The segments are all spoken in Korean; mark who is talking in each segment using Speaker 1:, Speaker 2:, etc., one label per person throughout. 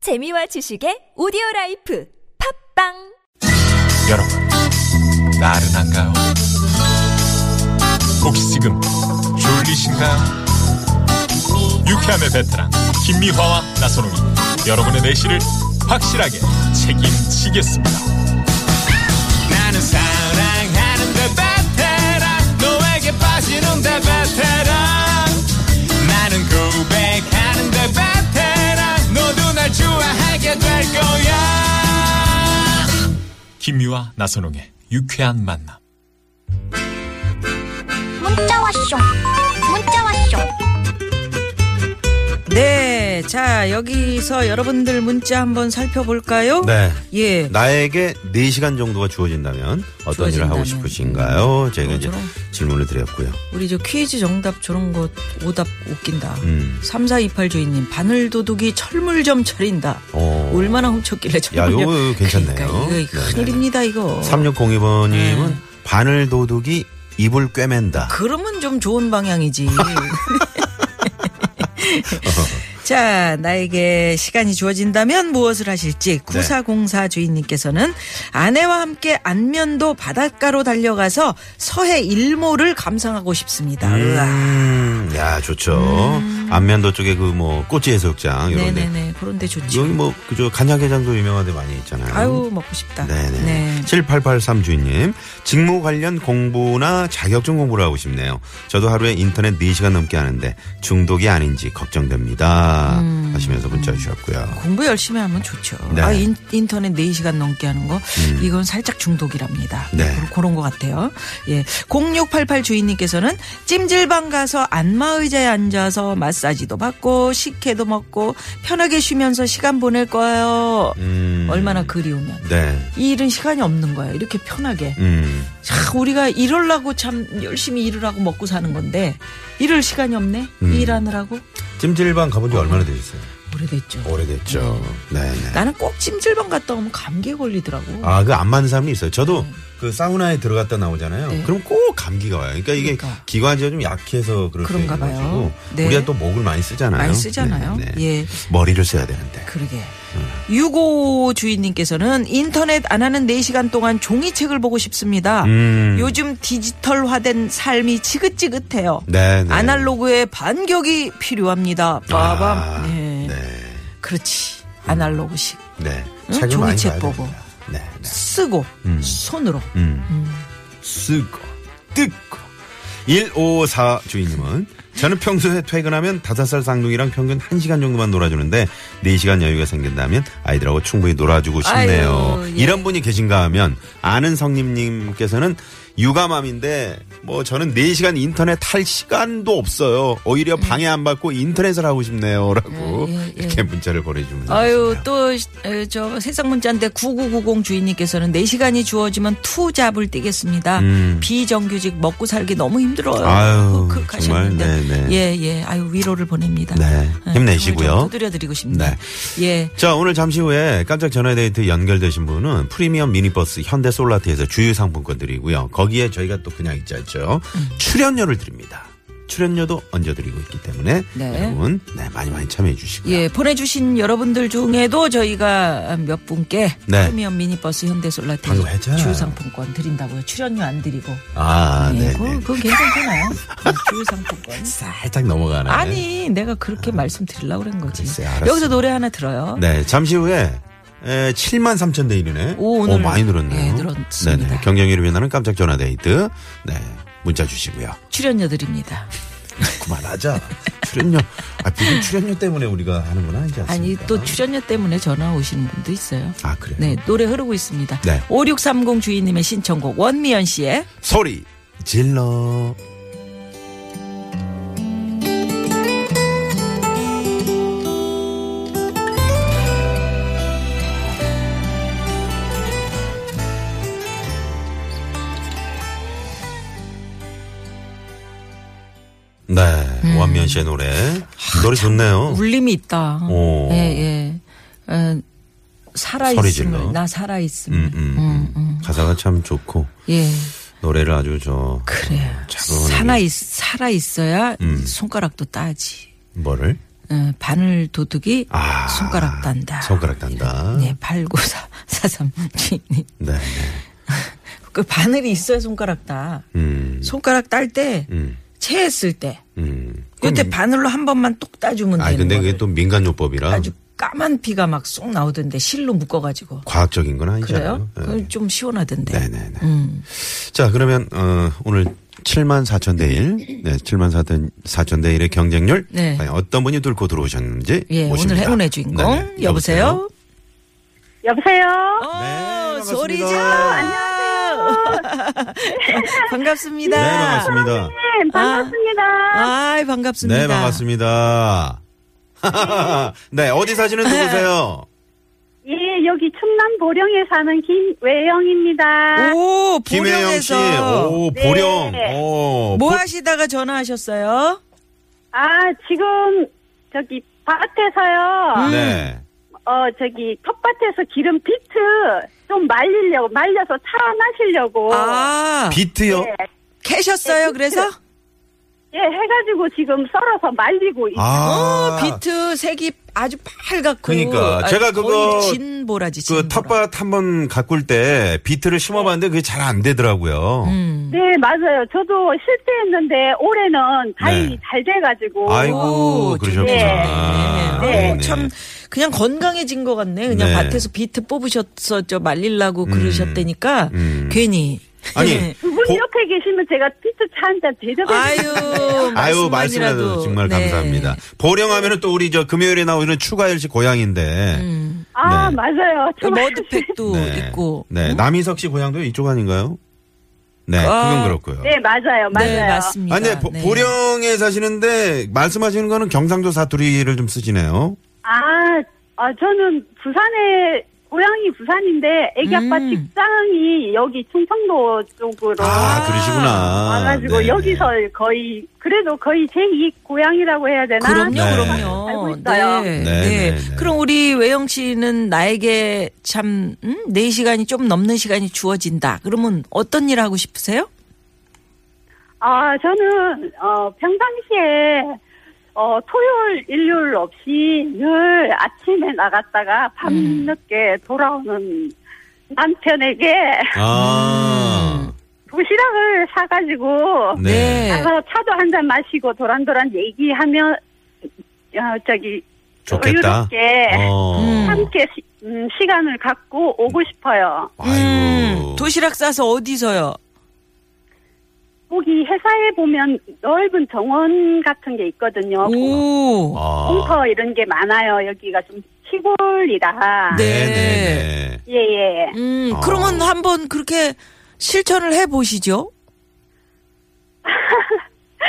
Speaker 1: 재미와 지식의 오디오 라이프 팝빵
Speaker 2: 여러분, 나른한가요? 혹시 지금 졸리신가요? 유쾌함의 베테랑 김미화와 나선홍이 여러분의 내실을 확실하게 책임지겠습니다.
Speaker 3: 나는 사랑하는데 베테랑 너에게 빠지는데 베테랑 나는 고백하는데 베테랑 너도 날 좋아하게 될 거야
Speaker 2: 김미화 나선홍의 유쾌한 만남.
Speaker 4: 문자 왔쇼 문자 왔쇼
Speaker 5: 네, 자 여기서 여러분들 문자 한번 살펴볼까요?
Speaker 6: 네.
Speaker 5: 예,
Speaker 6: 나에게 4시간 정도가 주어진다면 어떤 일을 하고
Speaker 5: 주어진다면.
Speaker 6: 싶으신가요? 제가 이제
Speaker 5: 저런.
Speaker 6: 질문을 드렸고요.
Speaker 5: 우리 저 퀴즈 정답 저런 거 오답 웃긴다.
Speaker 6: 음.
Speaker 5: 3428 주인님 바늘 도둑이 철물점 차린다.
Speaker 6: 어.
Speaker 5: 얼마나 훔쳤길래 철물점?
Speaker 6: 요거 괜찮네요.
Speaker 5: 그러니까 이거
Speaker 6: 네네네.
Speaker 5: 큰일입니다 이거.
Speaker 6: 3602번님은
Speaker 5: 네.
Speaker 6: 바늘 도둑이 입을 꿰맨다.
Speaker 5: 그러면 좀 좋은 방향이지. 자, 나에게 시간이 주어진다면 무엇을
Speaker 6: 네.
Speaker 5: 하실지 9404 주인님께서는 아내와 함께 안면도 바닷가로 달려가서 서해 일몰을 감상하고 싶습니다. 으아.
Speaker 6: 음, 야, 좋죠. 안면도 쪽에 그 뭐 꽃이 해수욕장 이런 데.
Speaker 5: 음. 네네네. 그런데 좋죠.
Speaker 6: 여기 뭐 그저 간장게장도 유명한 데 많이 있잖아요.
Speaker 5: 아유, 먹고 싶다.
Speaker 6: 네네.
Speaker 5: 네.
Speaker 6: 7883 주인님, 직무 관련 공부나 자격증 공부를 하고 싶네요. 저도 하루에 인터넷 4시간 넘게 하는데 중독이 아닌지 걱정됩니다.
Speaker 5: 음.
Speaker 6: 하시면서 문자 주셨고요.
Speaker 5: 공부 열심히 하면 좋죠.
Speaker 6: 네. 음.
Speaker 5: 아, 인, 인터넷 4시간 넘게 하는 거, 이건 살짝 중독이랍니다.
Speaker 6: 네.
Speaker 5: 그런- 그런 것 같아요. 예. 0688 주인님께서는 찜질방 가서 안마의자에 앉아서 마사지도 받고, 식혜도 먹고, 편하게 쉬면서 시간 보낼 거예요.
Speaker 6: 음.
Speaker 5: 얼마나 그리우면.
Speaker 6: 네.
Speaker 5: 이 일은 시간이 없는 거예요. 이렇게 편하게.
Speaker 6: 음.
Speaker 5: 자, 우리가 이럴라고 참 열심히 일을 하고 먹고 사는 건데, 이럴 시간이 없네?
Speaker 6: 음.
Speaker 5: 일하느라고?
Speaker 6: 찜질방 가본 지 얼마나 되셨어요?
Speaker 5: 오래됐죠.
Speaker 6: 오래됐죠. 네네.
Speaker 5: 나는 꼭 찜질방 갔다 오면 감기에 걸리더라고.
Speaker 6: 아, 그 안 맞는 사람이 있어요. 저도
Speaker 5: 네.
Speaker 6: 그 사우나에 들어갔다 나오잖아요. 그럼 꼭 감기가 와요. 그러니까 이게
Speaker 5: 그러니까.
Speaker 6: 기관지가 좀 약해서 그럴 수
Speaker 5: 그런가
Speaker 6: 있는
Speaker 5: 봐요.
Speaker 6: 거고
Speaker 5: 네.
Speaker 6: 우리가 또 목을 많이 쓰잖아요.
Speaker 5: 많이 쓰잖아요.
Speaker 6: 네, 음. 네.
Speaker 5: 예.
Speaker 6: 머리를 써야 되는데.
Speaker 5: 그러게. 유고 주인님께서는 인터넷 안 하는 4시간 동안 종이책을 보고 싶습니다.
Speaker 6: 음.
Speaker 5: 요즘 디지털화된 삶이 지긋지긋해요.
Speaker 6: 네, 네.
Speaker 5: 아날로그의 반격이 필요합니다. 빠밤.
Speaker 6: 아,
Speaker 5: 예.
Speaker 6: 네.
Speaker 5: 그렇지. 아날로그식.
Speaker 6: 네.
Speaker 5: 응?
Speaker 6: 책을 많이
Speaker 5: 종이책
Speaker 6: 봐야
Speaker 5: 보고.
Speaker 6: 됩니다. 네. 네.
Speaker 5: 쓰고,
Speaker 6: 음.
Speaker 5: 손으로.
Speaker 6: 음. 쓰고 뜯고. 154 주인님은 저는 평소에 퇴근하면 5살 쌍둥이랑 평균 1시간 정도만 놀아주는데 4시간 여유가 생긴다면 아이들하고 충분히 놀아주고 싶네요.
Speaker 5: 아유, 예.
Speaker 6: 이런 분이 계신가 하면 아는 성님님께서는 육아맘인데 뭐 저는 4시간 인터넷 할 시간도 없어요. 오히려 방해 안 받고 인터넷을 하고 싶네요. 라고
Speaker 5: 음. 예, 예, 예.
Speaker 6: 이렇게 문자를 보내주면
Speaker 5: 아유, 또, 에, 저, 세상 문자인데 9990 주인님께서는 4시간이 주어지면 투 잡을 뛰겠습니다.
Speaker 6: 음.
Speaker 5: 비정규직 먹고 살기 너무 힘들어요.
Speaker 6: 아유,
Speaker 5: 그, 그
Speaker 6: 정말,
Speaker 5: 하셨는데.
Speaker 6: 네, 네.
Speaker 5: 예, 예. 아유, 위로를 보냅니다.
Speaker 6: 네, 힘내시고요.
Speaker 5: 두드려드리고 싶네요.
Speaker 6: 네.
Speaker 5: 예.
Speaker 6: 자, 오늘 잠시 후에 깜짝 전화 데이트 연결되신 분은 프리미엄 미니버스 현대 솔라트에서 주유 상품권 드리고요. 거기에 저희가 또 그냥 있지 않죠.
Speaker 5: 음.
Speaker 6: 출연료를 드립니다. 출연료도 얹어 드리고 있기 때문에
Speaker 5: 네.
Speaker 6: 여러분 네, 많이 많이 참여해 주시고요.
Speaker 5: 예, 보내주신 여러분들 중에도 저희가 몇 분께
Speaker 6: 네.
Speaker 5: 프리미엄 미니버스 현대솔라티
Speaker 6: 방금 했잖아요.
Speaker 5: 주유상품권 드린다고요. 출연료 안 드리고.
Speaker 6: 아,
Speaker 5: 예,
Speaker 6: 네,
Speaker 5: 그거,
Speaker 6: 네.
Speaker 5: 그거 괜찮잖아요. 네, 주유상품권.
Speaker 6: 살짝 넘어가네.
Speaker 5: 아니 내가 그렇게 말씀드리려고 그런 거지
Speaker 6: 글쎄, 알았어요.
Speaker 5: 여기서 노래 하나 들어요
Speaker 6: 네, 잠시 후에 에, 7만 3천 대 1이네.
Speaker 5: 오, 오늘
Speaker 6: 많이 늘었네요.
Speaker 5: 예, 늘었습니다.
Speaker 6: 네네. 경쟁률이 변하는 깜짝 전화 데이트. 네, 문자 주시고요.
Speaker 5: 출연료 드립니다
Speaker 6: 그만하자. 출연료. 아, 무슨 출연료 때문에 우리가 하는 건 아니지 않습니까?
Speaker 5: 아니 또 출연료 때문에 전화 오시는 분도 있어요
Speaker 6: 아, 그래요?
Speaker 5: 네 노래 흐르고 있습니다
Speaker 6: 네.
Speaker 5: 5630 주인님의 신청곡 원미연 씨의
Speaker 6: 소리 질러. 네, 원미연 씨의 노래. 노래 좋네요.
Speaker 5: 울림이 있다
Speaker 6: 오.
Speaker 5: 예예
Speaker 6: 소리 질러.
Speaker 5: 살아있음을 나 살아있음을
Speaker 6: 음, 음, 음. 가사가 참 좋고
Speaker 5: 예
Speaker 6: 노래를 아주 저
Speaker 5: 그래
Speaker 6: 자그마한
Speaker 5: 살아있, 살아있어야
Speaker 6: 어, 음.
Speaker 5: 손가락도 따지
Speaker 6: 뭐를
Speaker 5: 어, 바늘 도둑이
Speaker 6: 아,
Speaker 5: 손가락 단다.
Speaker 6: 손가락 단다.
Speaker 5: 네, 894, 43 주인님.
Speaker 6: 네. 네.
Speaker 5: 그 바늘이 있어야 손가락 따.
Speaker 6: 음.
Speaker 5: 손가락 딸 때,
Speaker 6: 음.
Speaker 5: 체했을 때,
Speaker 6: 음.
Speaker 5: 요때 바늘로 한 번만 똑 따주면
Speaker 6: 아
Speaker 5: 되는
Speaker 6: 근데 그게
Speaker 5: 거를
Speaker 6: 또 민간요법이라
Speaker 5: 네, 아주 까만 피가 막 쏙 나오던데 실로 묶어가지고
Speaker 6: 과학적인 건 아니잖아요.
Speaker 5: 그래요?
Speaker 6: 네.
Speaker 5: 그건 음. 좀 시원하던데.
Speaker 6: 네네네. 자, 그러면, 어, 오늘 7만 4천 대 1. 네, 7만 4천, 4천 대 1의 경쟁률.
Speaker 5: 네.
Speaker 6: 과연 어떤 분이 뚫고 들어오셨는지.
Speaker 5: 예,
Speaker 6: 모십니다.
Speaker 5: 오늘 행운의 주인공
Speaker 6: 네네.
Speaker 5: 여보세요.
Speaker 7: 여보세요?
Speaker 5: 어,
Speaker 6: 네,
Speaker 5: 소리
Speaker 6: 반갑습니다.
Speaker 5: 질러. 반갑습니다.
Speaker 6: 네, 반갑습니다.
Speaker 7: 네, 반갑습니다.
Speaker 5: 아이 반갑습니다.
Speaker 6: 네, 반갑습니다. 네, 어디 사시는 누구세요?
Speaker 7: 예, 여기 충남 보령에 사는 김외영입니다.
Speaker 5: 오
Speaker 6: 김혜영 씨.
Speaker 5: 보령에서
Speaker 6: 오, 뭐
Speaker 7: 네.
Speaker 6: 보령. 오,
Speaker 5: 뭐
Speaker 6: 보-
Speaker 5: 하시다가 전화하셨어요?
Speaker 7: 아, 지금 저기 밭에서요.
Speaker 5: 음.
Speaker 6: 네.
Speaker 7: 어, 저기 텃밭에서 기름 비트 좀 말리려고 말려서 차 마시려고.
Speaker 5: 아
Speaker 6: 어, 비트요?
Speaker 5: 캐셨어요? 그래서
Speaker 7: 예, 해가지고 지금 썰어서 말리고 있-
Speaker 6: 아,
Speaker 5: 어, 비트 색이 아주 빨갛고
Speaker 6: 그러니까.
Speaker 5: 아주
Speaker 6: 제가 그거
Speaker 5: 거의 진보라지 진보라.
Speaker 6: 그 텃밭 한번 가꿀 때 비트를 심어봤는데 그게 잘 안 되더라고요.
Speaker 5: 음.
Speaker 7: 네, 맞아요. 저도 실패했는데 올해는 다행히
Speaker 6: 네.
Speaker 7: 잘 돼가지고. 예.
Speaker 6: 아이고,
Speaker 5: 오,
Speaker 6: 그러셨구나.
Speaker 5: 네, 네, 네.
Speaker 6: 네네.
Speaker 5: 참 그냥 건강해진 것 같네. 그냥
Speaker 6: 네.
Speaker 5: 밭에서 비트 뽑으셔서 저 말리려고 그러셨다니까
Speaker 6: 음.
Speaker 5: 괜히. 네.
Speaker 6: 아니,
Speaker 7: 두 분
Speaker 6: 고-
Speaker 7: 옆에 계시면 제가 피트 차 한 잔 대접해
Speaker 5: 아유,
Speaker 6: 아유, 말씀이라도
Speaker 5: 말씀이라도
Speaker 6: 정말
Speaker 5: 네.
Speaker 6: 감사합니다. 보령하면은 또 우리 저 금요일에 나오는 추가열 씨 고향인데.
Speaker 7: 아,
Speaker 6: 네.
Speaker 7: 맞아요.
Speaker 5: 그
Speaker 7: 정말
Speaker 5: 머드팩도 음. 있고. 어?
Speaker 6: 네. 남희석 씨 고향도 이쪽 아닌가요? 네, 그건 그렇고요.
Speaker 7: 네, 맞아요. 맞아요.
Speaker 5: 네, 맞습니다.
Speaker 6: 아니, 보,
Speaker 5: 네.
Speaker 6: 보령에 사시는데 말씀하시는 거는 경상도 사투리를 좀 쓰시네요.
Speaker 7: 아, 아 저는 부산에 고향이 부산인데 애기 아빠
Speaker 5: 음.
Speaker 7: 직장이 여기 충청도 쪽으로
Speaker 6: 아, 그러시구나.
Speaker 7: 와가지고
Speaker 6: 네네.
Speaker 7: 여기서 거의 그래도 거의 제2 고향이라고 해야 되나?
Speaker 5: 그럼요,
Speaker 6: 네.
Speaker 7: 알고
Speaker 5: 그럼요.
Speaker 7: 있어요.
Speaker 5: 네. 네.
Speaker 6: 네, 네, 네.
Speaker 5: 그럼 우리 외영 씨는 나에게 참, 음, 4시간이 좀 넘는 시간이 주어진다. 그러면 어떤 일 하고 싶으세요?
Speaker 7: 아, 저는 어 평상시에 어 토요일 일요일 없이 늘 아침에 나갔다가
Speaker 5: 음.
Speaker 7: 밤늦게 돌아오는 남편에게
Speaker 6: 아.
Speaker 7: 음. 도시락을 그 사가지고
Speaker 6: 네.
Speaker 7: 가서 차도 한 잔 마시고 도란도란 얘기하면 어, 저기
Speaker 6: 좋겠다.
Speaker 7: 여유롭게
Speaker 6: 어.
Speaker 7: 함께 시, 음, 시간을 갖고 오고 싶어요.
Speaker 6: 아이고.
Speaker 5: 음, 도시락 싸서 어디서요?
Speaker 7: 거기 회사에 보면 넓은 정원 같은 게 있거든요.
Speaker 5: 오.
Speaker 6: 아.
Speaker 7: 공터 이런 게 많아요. 여기가 좀 시골이라.
Speaker 5: 네.
Speaker 6: 네네네.
Speaker 7: 예예.
Speaker 5: 음,
Speaker 6: 어.
Speaker 5: 그러면 한번 그렇게 실천을 해보시죠.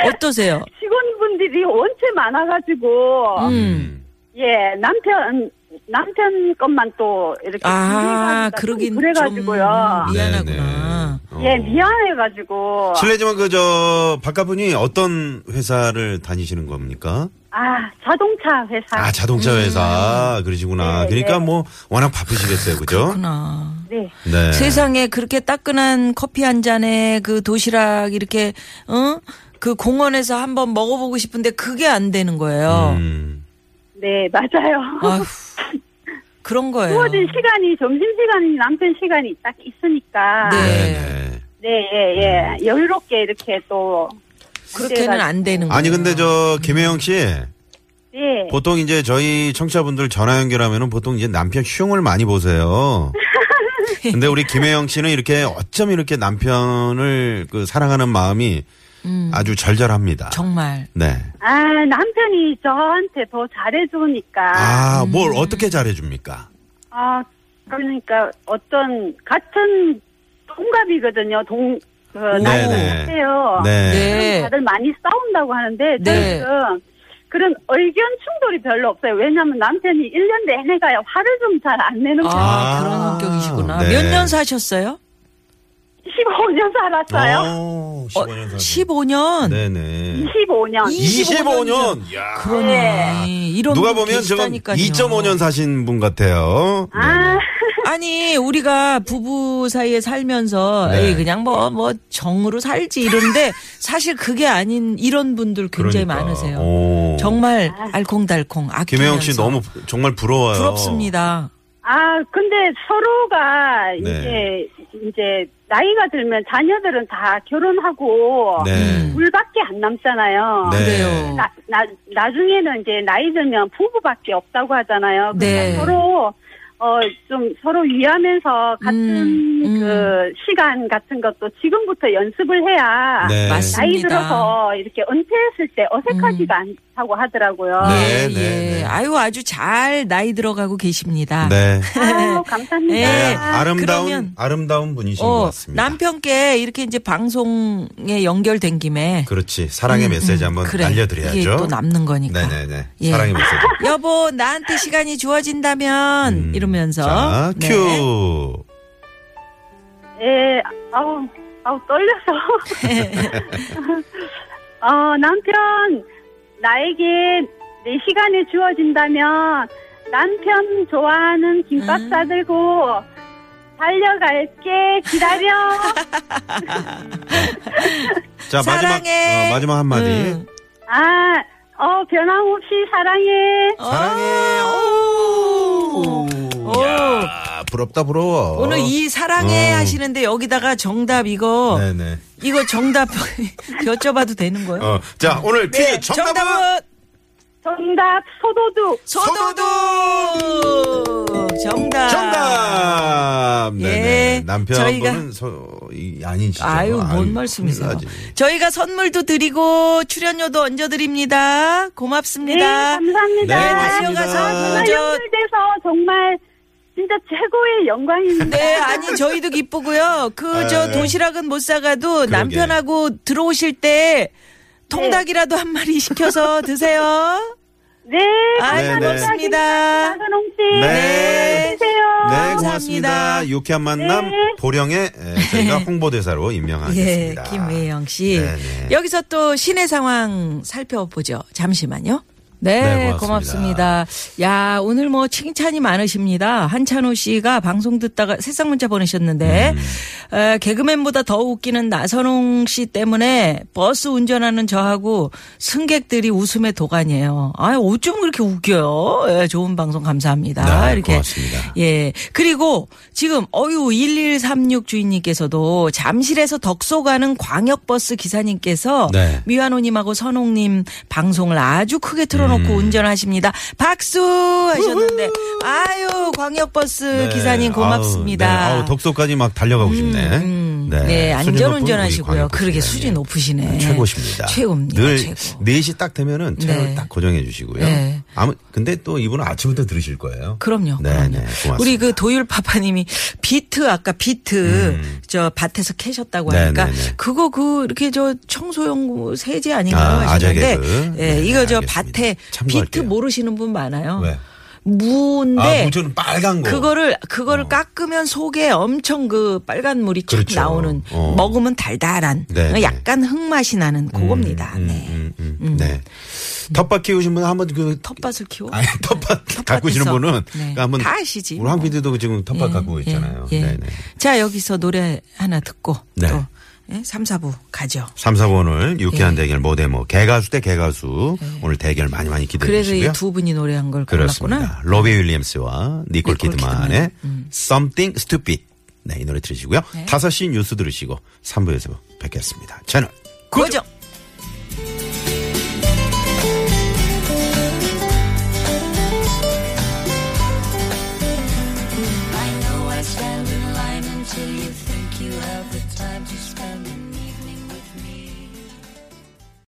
Speaker 5: 어떠세요?
Speaker 7: 시골 분들이 원체 많아가지고
Speaker 5: 음.
Speaker 7: 예 남편 남편 것만 또 이렇게
Speaker 5: 아,
Speaker 7: 준비해가지고
Speaker 5: 그러긴 좀
Speaker 7: 그래가지고요.
Speaker 5: 미안하구나.
Speaker 6: 네네. 어.
Speaker 7: 예 미안해가지고
Speaker 6: 실례지만 그 저 바깥분이 어떤 회사를 다니시는 겁니까?
Speaker 7: 아 자동차 회사.
Speaker 6: 아 자동차 회사 그러시구나.
Speaker 7: 네,
Speaker 6: 그러니까
Speaker 7: 네.
Speaker 6: 뭐 워낙 바쁘시겠어요, 그죠?
Speaker 5: 그렇구나.
Speaker 7: 네.
Speaker 6: 네.
Speaker 5: 세상에 그렇게 따끈한 커피 한 잔에 그 도시락 이렇게 어? 그 공원에서 한번 먹어보고 싶은데 그게 안 되는 거예요.
Speaker 6: 음.
Speaker 7: 네, 맞아요.
Speaker 5: 아휴, 네. 그런 거예요.
Speaker 7: 주어진 시간이 점심 시간이 남편 시간이 딱 있으니까
Speaker 5: 네.
Speaker 6: 네네.
Speaker 7: 네, 예, 예. 여유롭게 이렇게 또
Speaker 5: 그렇게는 안 되는 거예요.
Speaker 6: 아니 근데 저 김혜영 씨
Speaker 7: 네.
Speaker 6: 보통 이제 저희 청취자분들 전화 연결하면은 보통 이제 남편 흉을 많이 보세요. 근데 우리 김혜영 씨는 이렇게 어쩜 이렇게 남편을 그 사랑하는 마음이 아주 절절합니다.
Speaker 5: 정말
Speaker 6: 네.
Speaker 7: 아, 남편이 저한테 더 잘해 주니까 아.
Speaker 6: 아, 뭘 어떻게 잘해 줍니까?
Speaker 7: 그러니까 어떤 같은 동갑이거든요. 동 그, 나이
Speaker 6: 네네.
Speaker 7: 같아요.
Speaker 5: 네.
Speaker 7: 다들 많이 싸운다고 하는데
Speaker 5: 네.
Speaker 7: 저희는 그런 의견 충돌이 별로 없어요. 왜냐하면 남편이 1년 내내가 화를 좀 잘 안 내는
Speaker 5: 아,
Speaker 7: 편
Speaker 5: 그런 성격이시구나.
Speaker 6: 네.
Speaker 5: 몇 년 사셨어요?
Speaker 7: 15년 살았어요.
Speaker 6: 어, 15년 사
Speaker 5: 15년.
Speaker 6: 네네.
Speaker 7: 25년.
Speaker 6: 25년. 야.
Speaker 5: 그러니 이런
Speaker 6: 누가
Speaker 5: 분이
Speaker 6: 보면 저건
Speaker 5: 계시다니까요.
Speaker 6: 2.5년 사신 분 같아요. 네.
Speaker 7: 아,
Speaker 5: 아 아니 우리가 부부 사이에 살면서
Speaker 6: 네.
Speaker 5: 에이, 그냥 뭐 뭐 정으로 살지 이런데 사실 그게 아닌 이런 분들 굉장히
Speaker 6: 그러니까.
Speaker 5: 많으세요.
Speaker 6: 오.
Speaker 5: 정말 알콩달콩 아끼면서
Speaker 6: 김혜영 씨 너무 정말 부러워요.
Speaker 5: 부럽습니다.
Speaker 7: 아, 근데 서로가
Speaker 6: 네.
Speaker 7: 이제 이제 나이가 들면 자녀들은 다 결혼하고
Speaker 5: 음.
Speaker 6: 네.
Speaker 7: 둘밖에 안 남잖아요.
Speaker 6: 네.
Speaker 5: 그래요.
Speaker 7: 나, 나, 나중에는 이제 나이 들면 부부밖에 없다고 하잖아요.
Speaker 5: 네.
Speaker 7: 그러니까 서로, 어, 좀 서로 위하면서 같은
Speaker 5: 음, 음.
Speaker 7: 그 시간 같은 것도 지금부터 연습을 해야
Speaker 6: 네.
Speaker 5: 맞습니다. 음.
Speaker 7: 나이 들어서 이렇게 은퇴했을 때 어색하지가 않다고 하더라고요.
Speaker 6: 네.
Speaker 5: 예,
Speaker 6: 네,
Speaker 5: 예.
Speaker 6: 네.
Speaker 5: 아유 아주 잘 나이 들어가고 계십니다.
Speaker 6: 네.
Speaker 7: 아유, 감사합니다.
Speaker 5: 아. 네.
Speaker 6: 네. 아름다운
Speaker 5: 그러면-
Speaker 6: 아름다운 분이신 것
Speaker 5: 어,
Speaker 6: 같습니다.
Speaker 5: 남편께 이렇게 이제 방송에 연결된 김에 음,
Speaker 6: 그렇지. 사랑의 메시지 한번
Speaker 5: 그래.
Speaker 6: 알려드려야죠.
Speaker 5: 이게 또 남는 거니까.
Speaker 6: 네네네.
Speaker 5: 예.
Speaker 6: 사랑의 메시지.
Speaker 5: 여보 나한테 시간이 주어진다면
Speaker 6: 음.
Speaker 5: 이러면서
Speaker 6: 자,
Speaker 5: 네.
Speaker 6: 큐.
Speaker 7: 예, 아우, 아우, 떨려서. 어, 남편, 나에게 내 시간이 주어진다면 남편 좋아하는 김밥
Speaker 5: 음.
Speaker 7: 싸들고 달려갈게, 기다려.
Speaker 6: 자, 마지막,
Speaker 5: 사랑해. 음.
Speaker 6: 어, 마지막 한마디.
Speaker 5: 응.
Speaker 7: 아, 어, 변함없이 사랑해.
Speaker 6: 사랑해.
Speaker 5: 오. 오.
Speaker 6: 야, 부럽다, 부러워.
Speaker 5: 오늘 이 어. 사랑해
Speaker 6: 어.
Speaker 5: 하시는데 여기다가 정답 이거
Speaker 6: 네네.
Speaker 5: 이거 정답 여쭤봐도 되는 거예요?
Speaker 6: 어, 자, 오늘 퀴즈
Speaker 5: 네,
Speaker 6: 정답은?
Speaker 7: 정답, 소도둑.
Speaker 5: 소도둑 정답.
Speaker 6: 정답! 네네.
Speaker 5: 예.
Speaker 6: 남편분은 서, 이, 아니시죠.
Speaker 5: 아유, 뭔
Speaker 6: 아유,
Speaker 5: 말씀이세요?
Speaker 6: 큰일 나지.
Speaker 5: 저희가 선물도 드리고 출연료도 얹어드립니다.
Speaker 7: 네,
Speaker 5: 고맙습니다.
Speaker 7: 감사합니다.
Speaker 6: 네, 고맙습니다.
Speaker 5: 달려가서
Speaker 7: 정말
Speaker 5: 저-
Speaker 7: 연결돼서 정말 진짜 최고의 영광입니다.
Speaker 5: 네, 아니 저희도 기쁘고요. 그 저
Speaker 6: 네.
Speaker 5: 도시락은 못 사가도 남편하고 들어오실 때 통닭이라도 한 마리 시켜서 드세요.
Speaker 7: 네,
Speaker 5: 아유,
Speaker 6: 네, 네.
Speaker 5: 고맙습니다.
Speaker 7: 나선홍 씨.
Speaker 6: 네. 네,
Speaker 7: 힘내세요.
Speaker 5: 감사합니다.
Speaker 6: 고맙습니다. 유쾌한 만남
Speaker 7: 네.
Speaker 6: 보령의 에, 저희가 홍보대사로
Speaker 5: 네. 예,
Speaker 6: 임명하겠습니다.
Speaker 5: 김혜영 씨.
Speaker 6: 네네.
Speaker 5: 여기서 또 시내 상황 살펴보죠. 잠시만요. 네,
Speaker 6: 네,
Speaker 5: 고맙습니다.
Speaker 6: 고맙습니다.
Speaker 5: 야, 오늘 뭐 칭찬이 많으십니다. 한찬호 씨가 방송 듣다가 새싹 문자 보내셨는데,
Speaker 6: 음.
Speaker 5: 에, 개그맨보다 더 웃기는 나선홍 씨 때문에 버스 운전하는 저하고 승객들이 웃음의 도가니에요. 아, 어쩜 그렇게 웃겨요? 예, 좋은 방송 감사합니다.
Speaker 6: 네,
Speaker 5: 아, 이렇게.
Speaker 6: 고맙습니다.
Speaker 5: 예. 그리고 지금 어유 1136 주인님께서도 잠실에서 덕소 가는 광역버스 기사님께서
Speaker 6: 네.
Speaker 5: 미완호님하고 선홍님 방송을 아주 크게 틀어놓고
Speaker 6: 음.
Speaker 5: 운전하십니다. 박수 하셨는데 아유 광역버스
Speaker 6: 네.
Speaker 5: 기사님 고맙습니다.
Speaker 6: 아우, 네. 아우, 덕소까지 막 달려가고 싶네.
Speaker 5: 음.
Speaker 6: 네.
Speaker 5: 네,
Speaker 6: 수준 높은 우리
Speaker 5: 안전운전하시고요.
Speaker 6: 광역버스
Speaker 5: 그러게
Speaker 6: 기사님.
Speaker 5: 수준 높으시네.
Speaker 6: 최고십니다.
Speaker 5: 최고입니다.
Speaker 6: 늘
Speaker 5: 최고.
Speaker 6: 4시 딱 되면은 채널
Speaker 5: 네.
Speaker 6: 딱 고정해 주시고요.
Speaker 5: 네.
Speaker 6: 아무 근데 또 이분은 아침부터 들으실 거예요.
Speaker 5: 그럼요.
Speaker 6: 네,
Speaker 5: 그럼요.
Speaker 6: 네, 고맙습니다.
Speaker 5: 우리 그 도율 파파님이 비트 아까 비트 저 밭에서 캐셨다고
Speaker 6: 음. 네,
Speaker 5: 하니까
Speaker 6: 네, 네.
Speaker 5: 그거 그 이렇게 저 청소용 세제 아닌가
Speaker 6: 아,
Speaker 5: 하시는데
Speaker 6: 아재 개그.
Speaker 5: 예,
Speaker 6: 네,
Speaker 5: 이거 저
Speaker 6: 알겠습니다.
Speaker 5: 밭에 비트
Speaker 6: 참고할게요.
Speaker 5: 모르시는 분 많아요.
Speaker 6: 왜?
Speaker 5: 무인데
Speaker 6: 아, 무조건 빨간 거. 어.
Speaker 5: 그거를 그거를 깎으면 속에 엄청 그 빨간 물이 쭉
Speaker 6: 그렇죠.
Speaker 5: 나오는
Speaker 6: 어.
Speaker 5: 먹으면 달달한
Speaker 6: 네, 네.
Speaker 5: 약간 흙맛이 나는 그겁니다.
Speaker 6: 음,
Speaker 5: 네.
Speaker 6: 음, 음, 네. 텃밭 키우신 분 한번 그
Speaker 5: 네. 텃밭을 키워.
Speaker 6: 아니 텃밭 갖고 계시는
Speaker 5: 텃밭에서.
Speaker 6: 분은
Speaker 5: 네.
Speaker 6: 그 한번
Speaker 5: 다 아시지,
Speaker 6: 우리
Speaker 5: 뭐.
Speaker 6: 황 PD도 지금 텃밭
Speaker 5: 예,
Speaker 6: 갖고 있잖아요.
Speaker 5: 예, 예.
Speaker 6: 네네.
Speaker 5: 자, 여기서 노래 하나 듣고
Speaker 6: 네.
Speaker 5: 또 예, 3, 4부 가죠.
Speaker 6: 3, 4번을 유쾌한
Speaker 5: 예.
Speaker 6: 대결 모데모 개가수 대 개가수 오늘 대결 많이 많이 기대해
Speaker 5: 그래서
Speaker 6: 주시고요.
Speaker 5: 이 두 분이 노래한 걸 골랐구나.
Speaker 6: 그렇습니다. 로비 윌리엄스와 니콜,
Speaker 5: 니콜
Speaker 6: 키드만의
Speaker 5: 키드만. 음.
Speaker 6: Something Stupid. 네, 이 노래 들으시고요.
Speaker 5: 네.
Speaker 6: 다섯 시 뉴스 들으시고 3부에서 뵙겠습니다. 채널
Speaker 5: 고정!
Speaker 8: I know I stand in line until you think you have the time to spend in me.